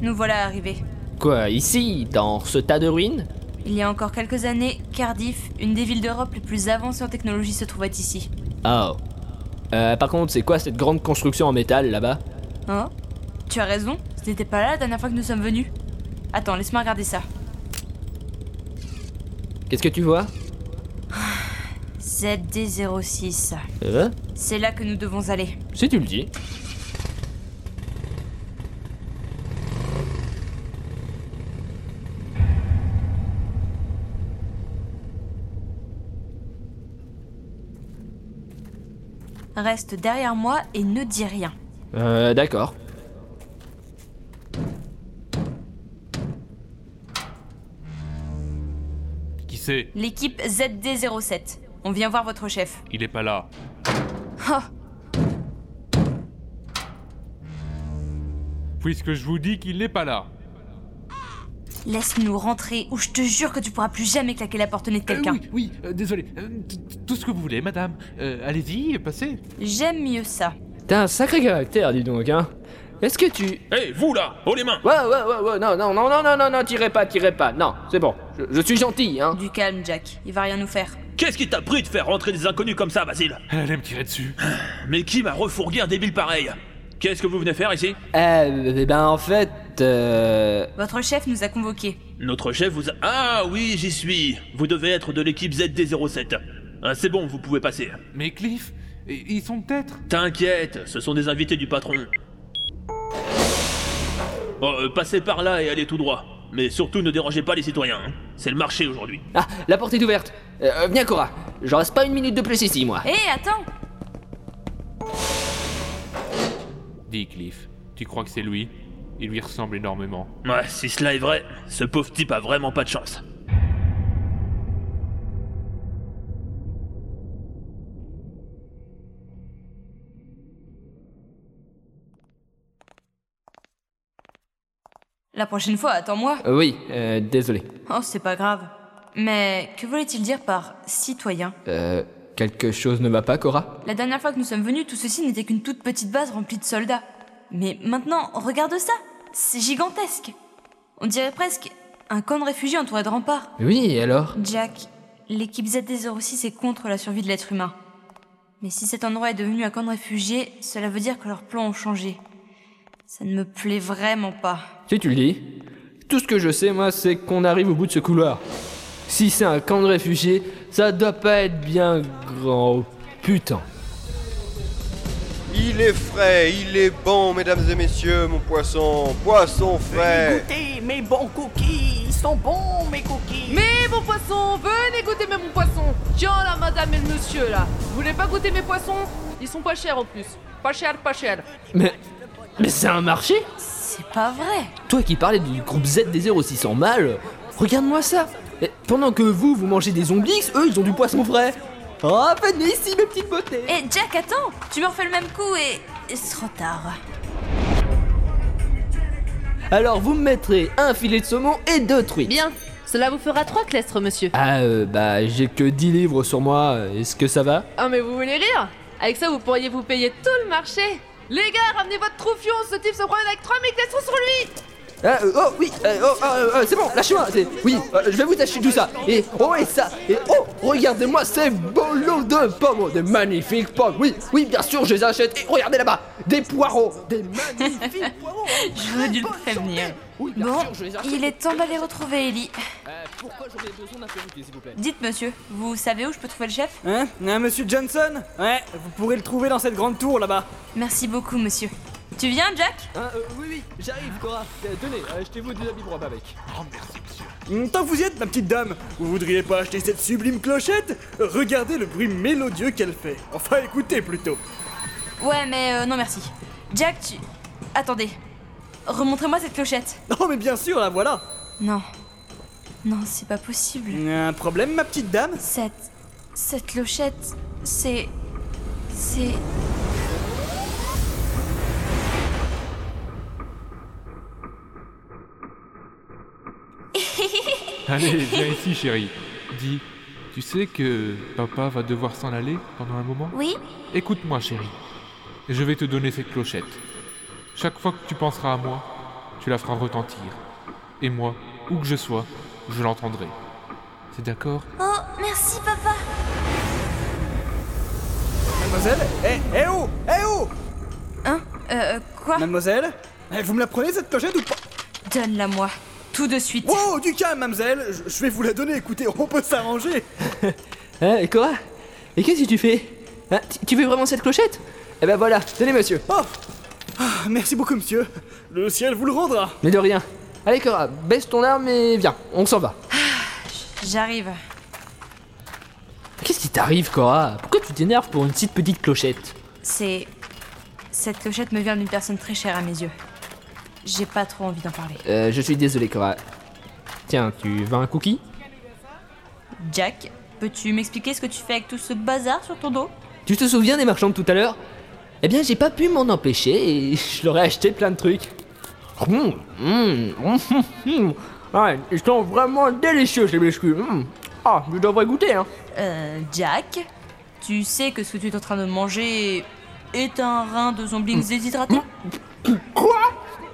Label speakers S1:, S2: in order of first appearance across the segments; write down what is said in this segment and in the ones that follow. S1: Nous voilà arrivés.
S2: Quoi, ici, dans ce tas de ruines
S1: Il y a encore quelques années, Cardiff, une des villes d'Europe les plus avancées en technologie, se trouvait ici.
S2: Oh. Euh, par contre, c'est quoi cette grande construction en métal là-bas
S1: Oh Tu as raison, ce n'était pas là la dernière fois que nous sommes venus. Attends, laisse-moi regarder ça.
S2: Qu'est-ce que tu vois
S1: ZD06.
S2: Euh
S1: C'est là que nous devons aller.
S2: Si tu le dis.
S1: Reste derrière moi et ne dis rien.
S2: Euh, d'accord.
S3: Qui c'est
S1: L'équipe ZD07. On vient voir votre chef.
S3: Il est pas là. Puisque je vous dis qu'il n'est pas là. Euh,
S1: Laisse-nous rentrer ou je te jure que tu pourras plus jamais claquer la porte au nez de quelqu'un.
S3: oui, oui, euh, désolé. Euh, t- t- tout ce que vous voulez, madame. Euh, Allez-y, passez.
S1: J'aime mieux ça.
S2: T'as un sacré caractère, dis donc, hein. Est-ce que tu.
S4: Hé, vous là Oh les mains
S2: Ouais, ouais, ouais, ouais, non, non, non, non, non, non, non, tirez pas, tirez pas, non, c'est bon, je, je suis gentil, hein.
S1: Du calme, Jack. Il va rien nous faire.
S4: Qu'est-ce qui t'a pris de faire rentrer des inconnus comme ça, Basile
S3: Elle allait me tirer dessus.
S4: Mais qui m'a refourgué un débile pareil Qu'est-ce que vous venez faire ici
S2: Euh, eh ben en fait, euh.
S1: Votre chef nous a convoqués.
S4: Notre chef vous a... Ah oui, j'y suis Vous devez être de l'équipe ZD07. Ah, C'est bon, vous pouvez passer.
S3: Mais Cliff, i- ils sont peut-être.
S4: T'inquiète, ce sont des invités du patron. Bon, euh, passez par là et allez tout droit. Mais surtout ne dérangez pas les citoyens. hein. C'est le marché aujourd'hui.
S2: Ah, la porte est ouverte. Euh, euh, viens, Cora, j'en reste pas une minute de plus ici, moi.
S1: Hé, attends
S3: Dis Cliff, tu crois que c'est lui Il lui ressemble énormément.
S4: Ouais, si cela est vrai, ce pauvre type a vraiment pas de chance.
S1: La prochaine fois, attends-moi.
S2: Euh, oui, euh, désolé.
S1: Oh, c'est pas grave. Mais que voulait-il dire par citoyen
S2: Euh, quelque chose ne va pas, Cora
S1: La dernière fois que nous sommes venus, tout ceci n'était qu'une toute petite base remplie de soldats. Mais maintenant, regarde ça C'est gigantesque On dirait presque un camp de réfugiés entouré de remparts.
S2: Oui, et alors
S1: Jack, l'équipe ZD06 est contre la survie de l'être humain. Mais si cet endroit est devenu un camp de réfugiés, cela veut dire que leurs plans ont changé. Ça ne me plaît vraiment pas.
S2: Si tu le dis. Tout ce que je sais, moi, c'est qu'on arrive au bout de ce couloir. Si c'est un camp de réfugiés, ça doit pas être bien grand. Oh, Putain.
S5: Il est frais, il est bon, mesdames et messieurs, mon poisson, poisson frais.
S6: Écoutez, mes bons cookies, ils sont bons, mes cookies.
S7: Mais mon poisson, venez goûter mes bons poissons Tiens là, madame et le monsieur là Vous voulez pas goûter mes poissons Ils sont pas chers en plus. Pas cher, pas cher.
S2: Mais. Mais c'est un marché
S1: C'est pas vrai
S2: Toi qui parlais du groupe Z des 06 en mal, regarde-moi ça Et Pendant que vous, vous mangez des zombies, eux, ils ont du poisson frais Oh, venez ici, mes petites beautés
S1: Hé Eh, Jack, attends Tu me refais le même coup et... et c'est trop tard.
S2: Alors, vous me mettrez un filet de saumon et deux truites
S7: Eh Bien, cela vous fera trois clestres, monsieur.
S2: Ah, euh, bah, j'ai que 10 livres sur moi, est-ce que ça va
S7: Ah mais vous voulez rire Avec ça, vous pourriez vous payer tout le marché les gars, ramenez votre troufion, ce type se promène avec 3000 clestrons sur lui
S2: Ah, euh, oh, oui, euh, oh, ah, euh, euh, c'est bon, lâchez-moi c'est- Oui, euh, je vais vous acheter tout ça Et oh, et ça Et oh, regardez-moi ces beaux lots de pommes De magnifiques pommes Oui, oui, bien sûr, je les achète Et regardez là-bas, des poireaux Des magnifiques poireaux
S1: Je voulais dû le prévenir.
S2: Oui, bien
S1: Bon,
S2: sûr, je les achète
S1: il est temps d'aller retrouver Ellie.
S2: Euh, Pourquoi j'en ai besoin d'un perruquier, s'il vous plaît
S1: Dites monsieur, vous savez où je peux trouver le chef
S8: Hein Hein, Monsieur Johnson Ouais, vous pourrez le trouver dans cette grande tour là-bas.
S1: Merci beaucoup monsieur. Tu viens Jack
S2: Hein, euh, Oui, oui, j'arrive, Cora Euh, Tenez, achetez-vous des habits pour un avec
S8: Hmm, Tant que vous y êtes, ma petite dame, vous voudriez pas acheter cette sublime clochette Regardez le bruit mélodieux qu'elle fait. Enfin, écoutez plutôt.
S1: Ouais mais euh, non merci. Jack tu... Attendez. Remontrez-moi cette clochette.
S8: Oh, mais bien sûr, la voilà. Hum,
S1: Non. Non, c'est pas possible.
S8: Un problème, ma petite dame
S1: Cette... Cette clochette, c'est... C'est...
S3: Allez, viens ici, chérie. Dis, tu sais que papa va devoir s'en aller pendant un moment
S1: Oui
S3: Écoute-moi, chérie. Je vais te donner cette clochette. Chaque fois que tu penseras à moi, tu la feras retentir. Et moi, où que je sois, je l'entendrai. C'est d'accord
S9: Oh, merci papa
S8: Mademoiselle Eh, eh oh Eh oh
S1: Hein Euh, euh, quoi
S8: Mademoiselle Eh, Vous me la prenez cette clochette ou pas
S1: Donne-la moi, tout de suite.
S8: Wow, du calme, mademoiselle Je- Je vais vous la donner, écoutez, on peut s'arranger
S2: Hein, quoi Et qu'est-ce que tu fais Hein, tu- Tu veux vraiment cette clochette Eh ben voilà, tenez monsieur.
S8: Oh Ah, Merci beaucoup, monsieur. Le ciel vous le rendra.
S2: Mais de rien. Allez Cora, baisse ton arme et viens, on s'en va.
S1: J'arrive.
S2: Qu'est-ce qui t'arrive Cora Pourquoi tu t'énerves pour une petite petite clochette
S1: C'est. Cette clochette me vient d'une personne très chère à mes yeux. J'ai pas trop envie d'en parler.
S2: Euh, je suis désolé Cora. Tiens, tu veux un cookie
S1: Jack, peux-tu m'expliquer ce que tu fais avec tout ce bazar sur ton dos
S2: Tu te souviens des marchands de tout à l'heure Eh bien, j'ai pas pu m'en empêcher et je leur ai acheté plein de trucs. Mmh, mmh, mmh, mmh. Ouais, ils sont vraiment délicieux ces biscuits. mmh. Ah, je devrais goûter, hein.
S1: Euh, Jack, tu sais que ce que tu es en train de manger est un rein de zombies déshydraté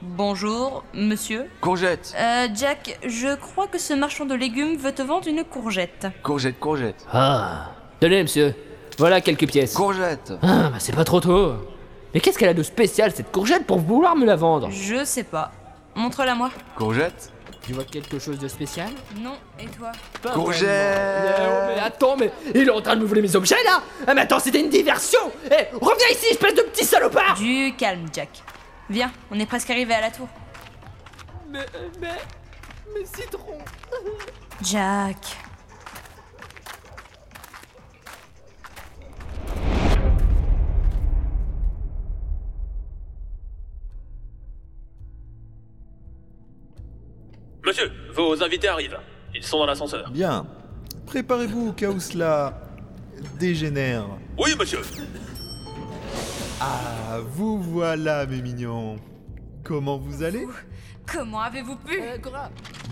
S1: Bonjour, monsieur.
S10: Courgette
S1: Euh, Jack, je crois que ce marchand de légumes veut te vendre une courgette.
S10: Courgette, courgette
S2: Ah, tenez, monsieur. Voilà quelques pièces.
S10: Courgette
S2: Ah, bah c'est pas trop tôt. Mais qu'est-ce qu'elle a de spécial cette courgette pour vouloir me la vendre
S1: Je sais pas. Montre-la moi.
S10: Courgette
S2: Tu vois quelque chose de spécial
S1: Non, et toi
S2: Ah, Eh, oh, Mais
S10: Courgette
S2: attends, mais il est en train de me voler mes objets là Ah, mais attends, c'était une diversion Eh, reviens ici, espèce de petit salopard
S1: Du calme, Jack. Viens, on est presque arrivé à la tour.
S2: Mais, mais, mais citron
S1: Jack.
S4: Monsieur, vos invités arrivent. Ils sont dans l'ascenseur.
S11: Bien. Préparez-vous au cas où cela dégénère.
S4: Oui, monsieur.
S11: Ah, vous voilà, mes mignons. Comment vous allez
S1: Comment avez-vous pu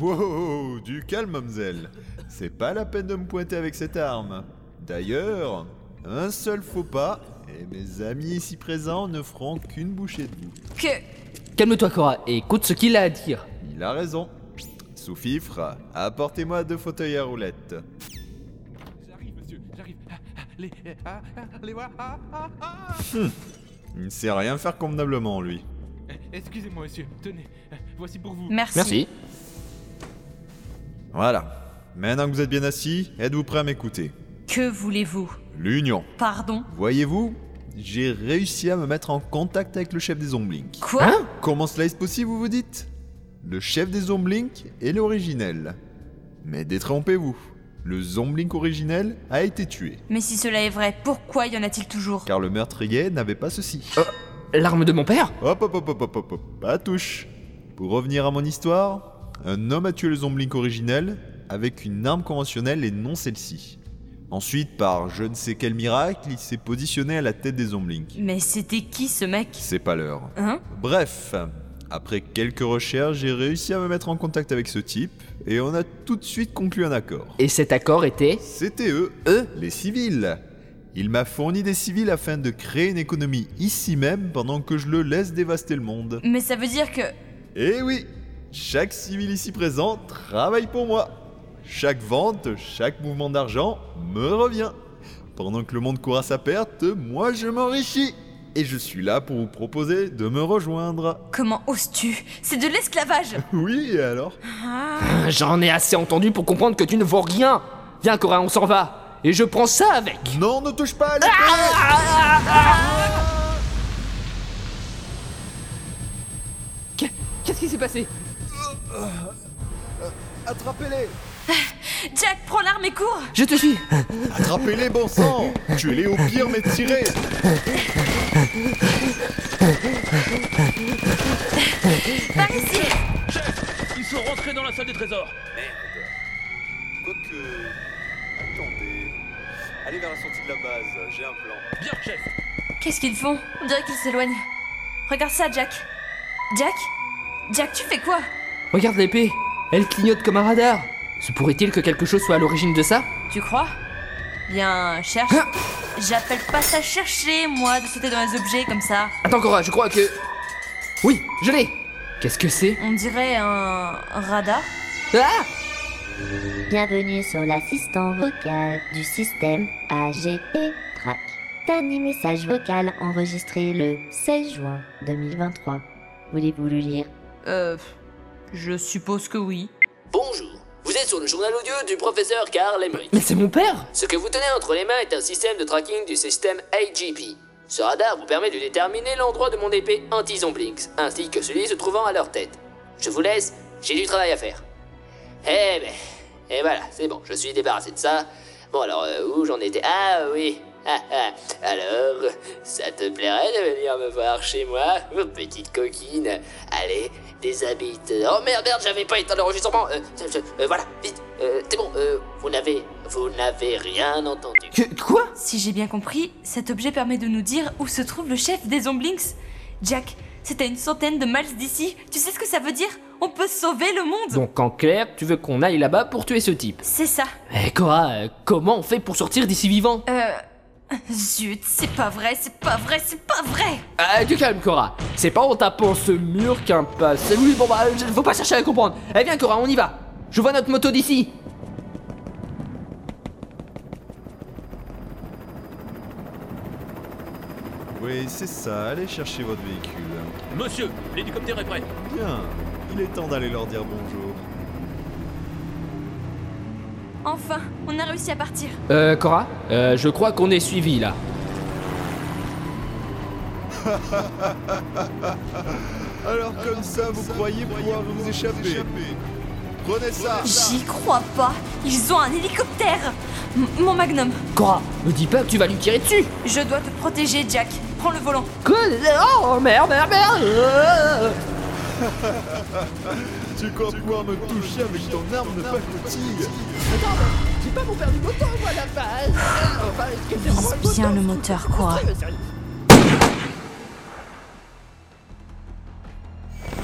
S11: Wow, du calme, mamselle. C'est pas la peine de me pointer avec cette arme. D'ailleurs, un seul faux pas, et mes amis ici présents ne feront qu'une bouchée de vous.
S1: Que.
S2: Calme-toi, Cora, et écoute ce qu'il a à dire.
S11: Il a raison. Sous-fifre, apportez-moi deux fauteuils à roulettes.
S3: J'arrive, monsieur, j'arrive. Ah, Les, ah,
S11: Il ne sait rien faire convenablement, lui.
S3: Eh, Excusez-moi, monsieur, tenez, ah, voici pour vous.
S1: Merci.
S11: Voilà. Maintenant que vous êtes bien assis, êtes-vous prêt à m'écouter
S1: Que voulez-vous
S11: L'Union.
S1: Pardon
S11: Voyez-vous, j'ai réussi à me mettre en contact avec le chef des Omblink.
S1: Quoi
S11: Comment cela est possible, vous vous dites Le chef des Omblink est l'originel. Mais détrompez-vous, le Zomblink originel a été tué,
S1: Mais si cela est vrai, pourquoi y en a-t-il toujours
S11: car le meurtrier n'avait pas ceci.
S2: L'arme de mon père
S11: Hop, hop, hop, hop, hop, hop, hop, à touche. Pour revenir à mon histoire, un homme a tué le Zomblink originel avec une arme conventionnelle et non celle-ci. Ensuite, par je ne sais quel miracle, il s'est positionné à la tête des Zomblink.
S1: Mais c'était qui ce mec
S11: C'est pas l'heure.
S1: Hein
S11: Bref, après quelques recherches, j'ai réussi à me mettre en contact avec ce type et on a tout de suite conclu un accord.
S2: Et cet accord était...
S11: C'était eux,
S2: Eux
S11: les civils. Il m'a fourni des civils afin de créer une économie ici même pendant que je le laisse dévaster le monde.
S1: Mais ça veut dire que.
S11: Et Eh oui, chaque civil ici présent travaille pour moi. Chaque vente, chaque mouvement d'argent me revient. Pendant que le monde court à sa perte, moi je m'enrichis. Et je suis là pour vous proposer de me rejoindre.
S1: Comment oses-tu C'est de l'esclavage
S11: Oui, et alors
S2: euh, J'en ai assez entendu pour comprendre que tu ne vaux rien Viens, Cora, on s'en va Et je prends ça avec
S11: Non, ne touche pas à l'épée
S2: Qu'est- Qu'est-ce qui s'est passé
S11: Attrapez-les
S1: Jack, prends l'arme et cours
S2: Je te suis
S11: Attrapez-les, bon sang Tuez-les au pire, mais tirez
S1: Par ici
S4: Chef, ils sont rentrés dans la salle des trésors.
S5: Quoique. Attendez.
S12: Allez vers la sortie de la base, j'ai un plan.
S4: Bien, chef
S1: Qu'est-ce qu'ils font On dirait qu'ils s'éloignent. Regarde ça, Jack. Jack Jack, tu fais quoi
S13: Regarde l'épée, elle clignote comme un radar. Se pourrait-il que quelque chose soit à l'origine de ça
S1: Tu crois Bien, cherche.
S13: Ah
S1: J'appelle pas ça chercher, moi, de sauter dans les objets comme ça.
S13: Attends Cora, je crois que... Oui, je l'ai Qu'est-ce que c'est
S1: On dirait un radar.
S13: Ah
S9: Bienvenue sur l'assistant vocal du système AGP Track. Dernier message vocal enregistré le 16 juin 2023. Voulez-vous le lire
S1: Euh. Je suppose que oui.
S8: Bonjour, vous êtes sur le journal audio du professeur Carl Emery.
S13: Mais c'est mon père
S8: Ce que vous tenez entre les mains est un système de tracking du système AGP. Ce radar vous permet de déterminer l'endroit de mon épée anti-zomblings, ainsi que celui se trouvant à leur tête. Je vous laisse, j'ai du travail à faire. Eh ben, et voilà, c'est bon, je suis débarrassé de ça. Bon alors, euh, où j'en étais Ah oui ah, ah. Alors, ça te plairait de venir me voir chez moi, oh, petite coquine Allez, déshabite. Oh merde, merde, j'avais pas éteint l'enregistrement. Euh, je- je- euh, voilà, vite. Euh, c'est bon. euh, vous n'avez, vous n'avez rien entendu.
S13: Que- Quoi
S1: Si j'ai bien compris, cet objet permet de nous dire où se trouve le chef des Zomblings. Jack, c'est à une centaine de miles d'ici. Tu sais ce que ça veut dire On peut sauver le monde
S2: Donc en clair, tu veux qu'on aille là-bas pour tuer ce type.
S1: C'est ça.
S2: Eh Cora, euh, comment on fait pour sortir d'ici vivant
S1: Euh. Zut, c'est pas vrai, c'est pas vrai, c'est pas vrai
S2: Ah, du calme Cora. C'est pas en tapant ce mur qu'un passe. Euh,
S13: C'est- Oui, bon bah, je- faut pas chercher à comprendre. Eh bien Cora, on y va Je vois notre moto d'ici
S11: Oui, c'est ça, allez chercher votre véhicule.
S4: Monsieur, l'hélicoptère est prêt.
S11: Bien, il est temps d'aller leur dire bonjour.
S1: Enfin, on a réussi à partir.
S2: Euh, Cora, euh, je crois qu'on est suivi là.
S11: Alors comme ça, vous croyez pouvoir vous échapper Prenez ça
S1: J'y crois pas Ils ont un hélicoptère M- Mon magnum,
S2: Cora, me dis pas que tu vas lui tirer dessus.
S1: je dois te protéger, Jack. Prends le volant.
S13: Quoi Oh, merde, merde, merde Euh,
S11: Tu crois pouvoir me toucher avec ton arme de pacotille
S14: J'ai pas mon permis moto, moi, la base Enfin, est-ce que c'est
S1: Vise bien le moteur, quoi.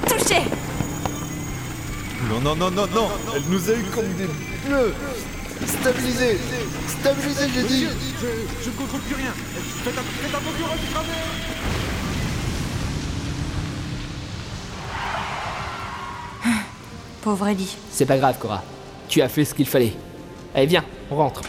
S1: Touché
S11: Non, non, non, non, non Elle nous a eu comme des bleus Stabilisez Stabilisez, j'ai dit
S1: Pauvre Ellie.
S2: C'est pas grave Cora. Tu as fait ce qu'il fallait. Allez viens, on rentre.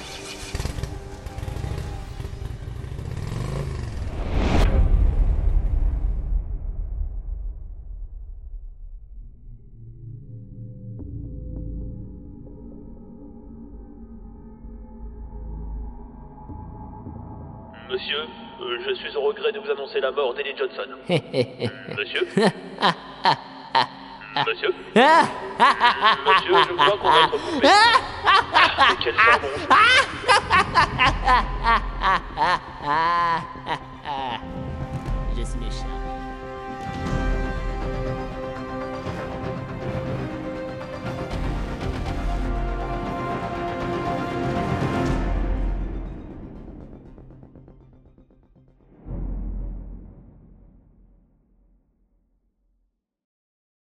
S4: Monsieur, euh, je suis au regret de vous annoncer la mort d'Ellie Johnson. Monsieur Monsieur
S2: Ah
S4: Monsieur, je crois qu'on va être coupé. Ah, Quel charbon
S8: Je suis méchant.